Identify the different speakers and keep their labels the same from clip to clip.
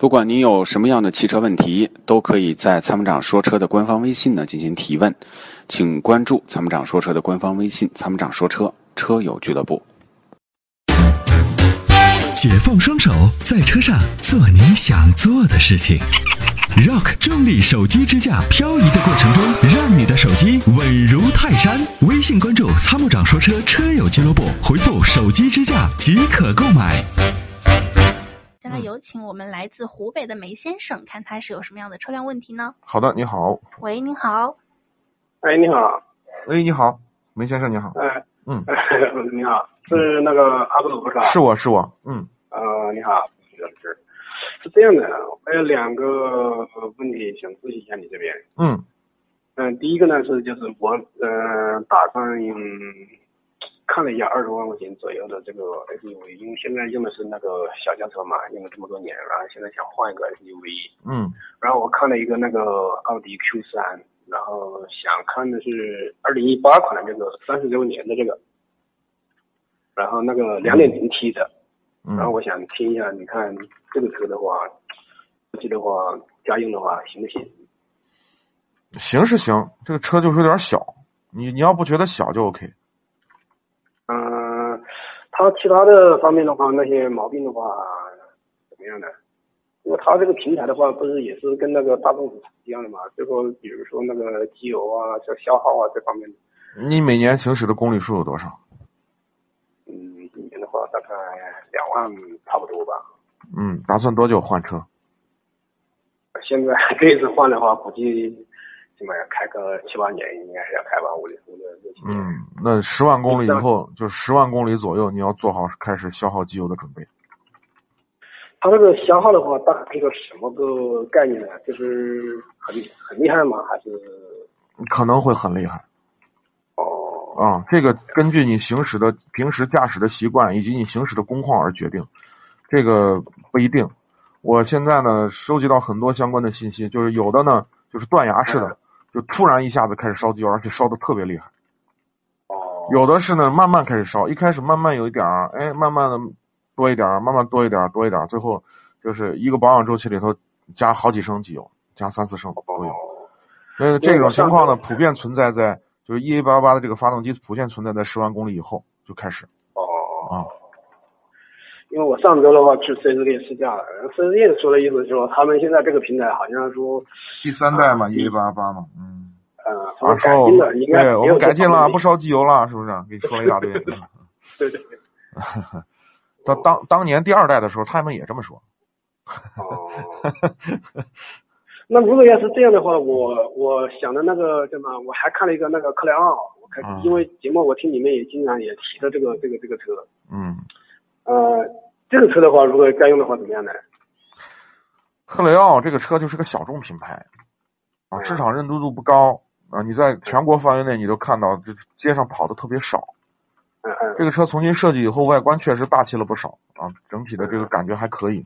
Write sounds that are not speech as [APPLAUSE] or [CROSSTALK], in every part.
Speaker 1: 不管您有什么样的汽车问题，都可以在参谋长说车的官方微信呢进行提问，请关注参谋长说车的官方微信“参谋长说车车友俱乐部
Speaker 2: 解放双手，在车上做你想做的事情。Rock 重力手机支架漂移的过程中，让你的手机稳如泰山。微信关注“参谋长说车”车友俱乐部，回复“手机支架”即可购买。
Speaker 3: 现
Speaker 4: 嗯
Speaker 3: 在有请我们来自湖北的梅先生，看他是有什么样的车辆问题呢？
Speaker 4: 好的，你好，
Speaker 3: 喂，您好，
Speaker 5: 哎，你好，
Speaker 4: 喂，你好，梅先生，你好，
Speaker 5: 哎，
Speaker 4: 嗯，
Speaker 5: [LAUGHS] 你好，是那个阿布鲁是吧？
Speaker 4: 是我是我，嗯，
Speaker 5: 呃，你好，是是这样的，我有两个问题想咨询一下你这边。
Speaker 4: 嗯，
Speaker 5: 嗯、第一个呢是就是我呃打算、嗯、看了一下二十万块钱左右的这个 SUV，因为现在用的是那个小轿车嘛，用了这么多年，然后现在想换一个 SUV，
Speaker 4: 嗯，
Speaker 5: 然后我看了一个那个奥迪 Q 三，然后想看的是二零一八款的那个三十周年的这个，然后那个两点零 T 的。
Speaker 4: 嗯，
Speaker 5: 然后啊我想听一下，你看这个车的话，估计的话，家用的话行不行？
Speaker 4: 行是行，这个车就是有点小，你你要不觉得小就 OK，
Speaker 5: 嗯、它其他的方面的话，那些毛病的话怎么样呢？因为它这个平台的话，不是也是跟那个大众一样的嘛？最后比如说那个机油啊、消消耗啊这方面，
Speaker 4: 你每年行驶的公里数有多少？
Speaker 5: 嗯，一年的话大概两万差不多吧。
Speaker 4: 嗯，打算多久换车？
Speaker 5: 呃现在 [LAUGHS] 这一次换的话，估计起码要开个七八年，应该是要开吧，五六五六六七年。
Speaker 4: 嗯，那十万公里以后，就十万公里左右，你要做好开始消耗机油的准备。
Speaker 5: 它这个消耗的话，大概是个什么个概念呢？就是很很厉害吗？还是
Speaker 4: 可能会很厉害
Speaker 5: 哦
Speaker 4: 啊、这个根据你行驶的平时驾驶的习惯以及你行驶的工况而决定，这个不一定。我现在呢，收集到很多相关的信息，就是有的呢，就是断崖式的，就突然一下子开始烧机油，而且烧的特别厉害。
Speaker 5: 哦
Speaker 4: 有的是呢，慢慢开始烧，一开始慢慢有一点儿，哎，慢慢的多一点儿，慢慢多一点儿，多一点儿，最后就是一个保养周期里头加好几升机油，加三四升都有。
Speaker 5: 哦
Speaker 4: 那这种情况呢，
Speaker 5: 我上次
Speaker 4: 普遍存在在就是 E A 八八的这个发动机普遍存在在十万公里以后就开始
Speaker 5: 哦，
Speaker 4: 啊，
Speaker 5: 因为我上周的话去 C 四店试驾了，c 四店说的意思是说，他们现在这个平台好像说，
Speaker 4: 第三代嘛，E A 八八嘛，嗯，
Speaker 5: 呃，他
Speaker 4: 啊，
Speaker 5: 啊们改
Speaker 4: 说我
Speaker 5: 进
Speaker 4: 们
Speaker 5: 了，应该
Speaker 4: 对我
Speaker 5: 也有
Speaker 4: 们改
Speaker 5: 这
Speaker 4: 进
Speaker 5: 方
Speaker 4: 了，
Speaker 5: 面
Speaker 4: 不烧机油了，是不是？给你说了一
Speaker 5: [LAUGHS]
Speaker 4: 大堆。嗯
Speaker 5: 对对对，
Speaker 4: 到当当年第二代的时候，他们也这么说。
Speaker 5: 哦。 [LAUGHS] 那如果要是这样的话，我我想的那个叫什么？我还看了一个那个克莱奥，我看、
Speaker 4: 嗯
Speaker 5: 因为节目我听你们也经常也提到这个这个这个车，
Speaker 4: 嗯，
Speaker 5: 呃，这个车的话，如果家用的话怎么样呢？
Speaker 4: 克雷奥这个车就是个小众品牌，啊，市场认知度不高啊。你在全国范围内，你都看到这街上跑的特别少。
Speaker 5: 嗯嗯
Speaker 4: 这个车重新设计以后，外观确实大气了不少啊，整体的这个感觉还可以。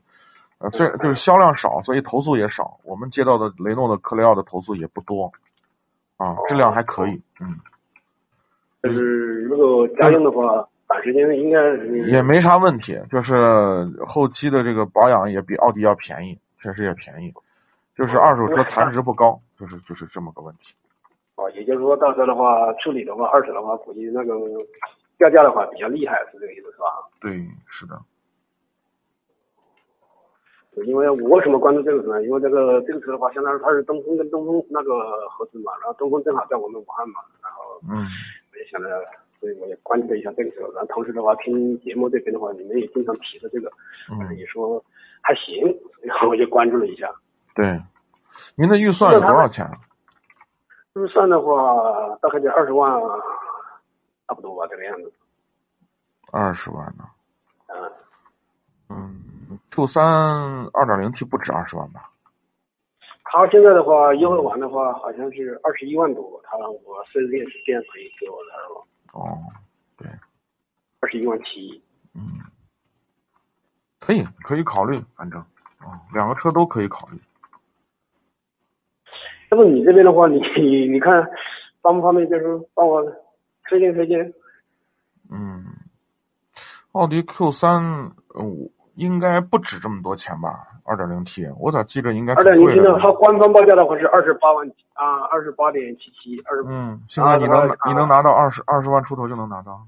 Speaker 4: 呃，虽然就是销量少，所以投诉也少。我们接到的雷诺的克雷奥的投诉也不多，啊，质量还可以，嗯，
Speaker 5: 就是如果家用的话，短时间应该是
Speaker 4: 也没啥问题。就是后期的这个保养也比奥迪要便宜，确实也便宜。就是二手车残值不高，就是就是这么个问题。
Speaker 5: 哦，也就是说到时候的话处理的话，二手的话估计那个掉价的话比较厉害，是这个意思是吧？
Speaker 4: 对，是的。
Speaker 5: 对因为我为什么关注这个车呢？因为这个这个车的话，相当于它是东风跟东风那个合资嘛，然后东风正好在我们武汉嘛，然后
Speaker 4: 嗯，
Speaker 5: 我也想着，所以我也关注了一下这个车，然后同时的话听节目这边的话，你们也经常提到这个，
Speaker 4: 嗯
Speaker 5: 也说还行，然后我就关注了一下。
Speaker 4: 对，您的预算有多少钱？啊
Speaker 5: 预算的话，大概就二十万，差不多吧，这个样子。
Speaker 4: 二十万呢？
Speaker 5: 嗯，
Speaker 4: 嗯，Q 三二点零 T 不止二十万吧？
Speaker 5: 他现在的话，优惠完的话，好像是二十一万多，他让我四 S 店是这样可以给我的，二
Speaker 4: 哦，
Speaker 5: 二十一万七。
Speaker 4: 嗯，可以，可以考虑，反正啊、两个车都可以考虑。
Speaker 5: 那么你这边的话，你 [LAUGHS] 你你看，方不方便就是帮我推荐推荐？
Speaker 4: 嗯，奥迪 Q 三，我应该不止这么多钱吧？二点零 T，我咋记着应该
Speaker 5: 二点零 T
Speaker 4: 贵了
Speaker 5: 呢，它官方报价的话是二十八万啊，二十八点七七，二十
Speaker 4: 嗯，现在你能拿你能拿到二十二十万出头就能拿到。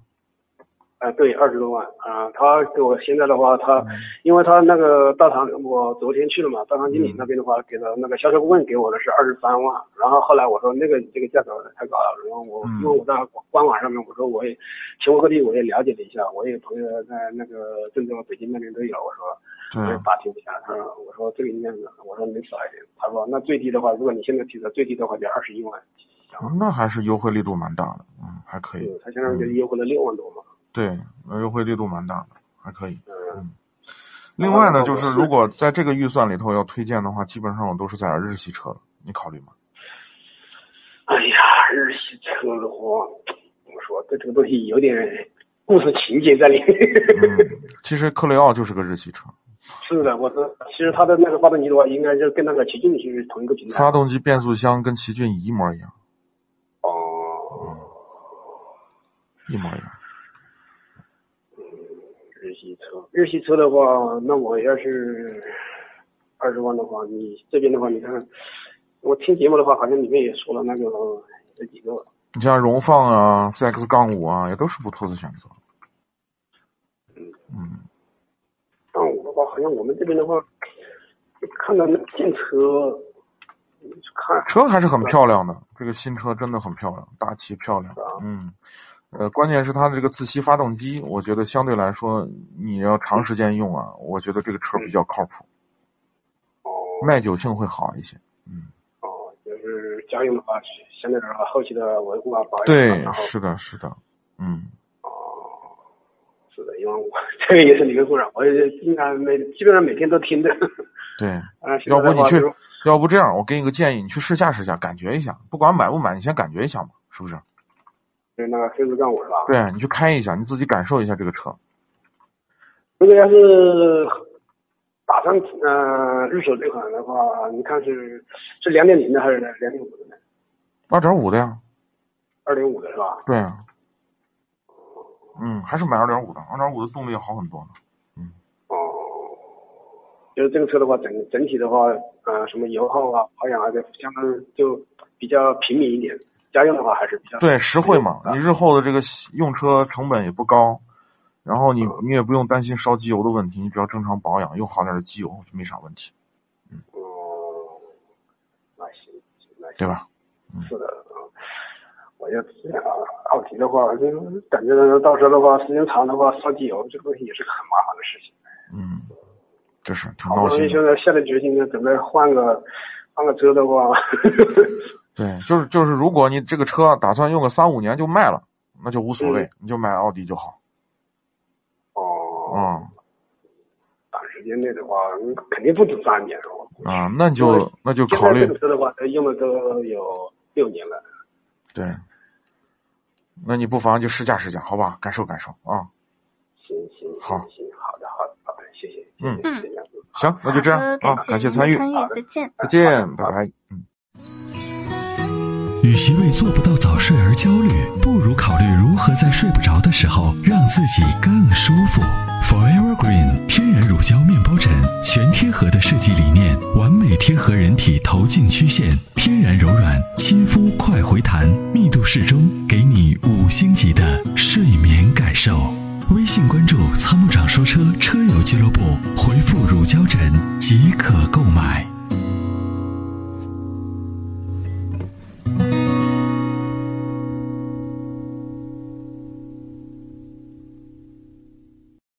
Speaker 5: 哎，对，二十多万啊。他给我现在的话，他
Speaker 4: 嗯
Speaker 5: 因为他那个大堂，我昨天去了嘛，大堂经理
Speaker 4: 嗯
Speaker 5: 那边的话，给的那个销售顾问给我的是二十三万，然后后来我说那个你这个价格太高了，然后我
Speaker 4: 嗯
Speaker 5: 因为我在官网上面，我说我也全国各地我也了解了一下，我也有朋友在那个郑州、北京那边都有，我说
Speaker 4: 对
Speaker 5: 我也打听一下，他说啊我说这个应该是，我说能少一点，他说那最低的话，如果你现在提的最低的话就二十一万，
Speaker 4: 嗯那还是优惠力度蛮大的，嗯，还可以
Speaker 5: 嗯，，他现在就优惠了六万多嘛，
Speaker 4: 对，呃优惠力度蛮大的，还可以。
Speaker 5: 嗯。
Speaker 4: 另外呢，
Speaker 5: 哦
Speaker 4: 就是如果在这个预算里头要推荐的话，基本上我都是在日系车了，你考虑吗？
Speaker 5: 哎呀，日系车的话，怎么说？对这个东西有点故事情节在里面。 [LAUGHS]
Speaker 4: 嗯，其实克雷奥就是个日系车，
Speaker 5: 是的，我知道。其实它的那个发动机的话，应该就跟那个奇骏是同一个平台。
Speaker 4: 发动机、变速箱跟奇骏一模一样，
Speaker 5: 哦，
Speaker 4: 一模一样。
Speaker 5: 日系车，日系车的话，那我要是二十万的话，你这边的话，你看，我听节目的话，好像里面也说了那个有几个。
Speaker 4: 你像荣放啊、CX 杠五啊，也都是不错的选择。嗯，
Speaker 5: 但我的话，好像我们这边的话，就看到那进车，就看
Speaker 4: 车还是很漂亮的，这个新车真的很漂亮，大气漂亮。嗯，呃，关键是它的这个自吸发动机，我觉得相对来说你要长时间用啊，我觉得这个车比较靠谱，
Speaker 5: 哦。
Speaker 4: 耐久性会好一些。嗯，
Speaker 5: 哦，就是家用的话，相对来说后期的维护啊、保养啊，
Speaker 4: 对
Speaker 5: 然后，
Speaker 4: 是的，是的，嗯，
Speaker 5: 是的，因为我 [LAUGHS] 这个也是你的故障，我也经常每基本上每天都
Speaker 4: [LAUGHS]
Speaker 5: 听的。
Speaker 4: 对。
Speaker 5: 啊，现
Speaker 4: 要不
Speaker 5: 在的
Speaker 4: 你
Speaker 5: 话
Speaker 4: 去
Speaker 5: 就是，
Speaker 4: 要不这样，我给你个建议，你去试驾试驾，感觉一下，不管买不买，你先感觉一下嘛，是不是？
Speaker 5: 就是那个黑子杠五是吧？。
Speaker 4: 对，你去开一下，你自己感受一下这个车。
Speaker 5: 如果要是打算呃入手这款的话，你看是是两点零的还是两点五的呢？
Speaker 4: 二点五的呀，
Speaker 5: 二点五的是吧？
Speaker 4: 对呀，嗯，还是买二点五的，二点五的动力要好很多呢。
Speaker 5: 哦，就是这个车的话，整整体的话，呃，什么油耗啊、保养啊，就相当就比较平民一点。家用的话还是比较
Speaker 4: 对，实惠嘛，
Speaker 5: 啊
Speaker 4: 你日后的这个用车成本也不高，然后你
Speaker 5: 嗯
Speaker 4: 你也不用担心烧机油的问题，你只要正常保养，用好点的机油就没啥问题，
Speaker 5: 哦，那行，那行，
Speaker 4: 对吧？
Speaker 5: 是的，嗯，我就这样奥迪的话，就感觉到时候的话，时间长的话，烧机油这个东西也是个很麻烦的事情。
Speaker 4: 嗯，这是挺
Speaker 5: 好
Speaker 4: 闹
Speaker 5: 不容
Speaker 4: 心
Speaker 5: 易现
Speaker 4: 的。
Speaker 5: 在下了决心呢，准备换个换个车的话， [LAUGHS]
Speaker 4: 对，就是就是，如果你这个车打算用个三五年就卖了，那就无所谓，
Speaker 5: 嗯
Speaker 4: 你就买奥迪就好。
Speaker 5: 哦，
Speaker 4: 嗯
Speaker 5: 短时间内的话，嗯肯定不止三年我估计
Speaker 4: 啊，那
Speaker 5: 因为
Speaker 4: 就那就
Speaker 5: 现
Speaker 4: 考
Speaker 5: 在这个
Speaker 4: 虑
Speaker 5: 车的话，用了都有六年了。
Speaker 4: 对，那你不妨就试驾试驾，好吧？感受感受啊。
Speaker 5: 行行行
Speaker 4: 好
Speaker 5: 行，好的好的好的，谢谢，
Speaker 4: 嗯
Speaker 5: 谢谢谢谢嗯
Speaker 4: 行，那就这样
Speaker 3: 好的
Speaker 4: 啊，
Speaker 3: 感
Speaker 4: 感
Speaker 3: 谢
Speaker 4: 谢
Speaker 3: 您的
Speaker 4: 参与，
Speaker 3: 参与
Speaker 5: 好，的
Speaker 3: 再见。
Speaker 4: 再见，拜拜，嗯。
Speaker 2: 与其为做不到早睡而焦虑，不如考虑如何在睡不着的时候让自己更舒服。Forever Green 天然乳胶面包枕，全贴合的设计理念，完美贴合人体头颈曲线，天然柔软，亲肤快回弹，密度适中，给你五星级的睡眠感受。微信关注“参谋长说车”车友俱乐部，回复“乳胶枕”即可购买。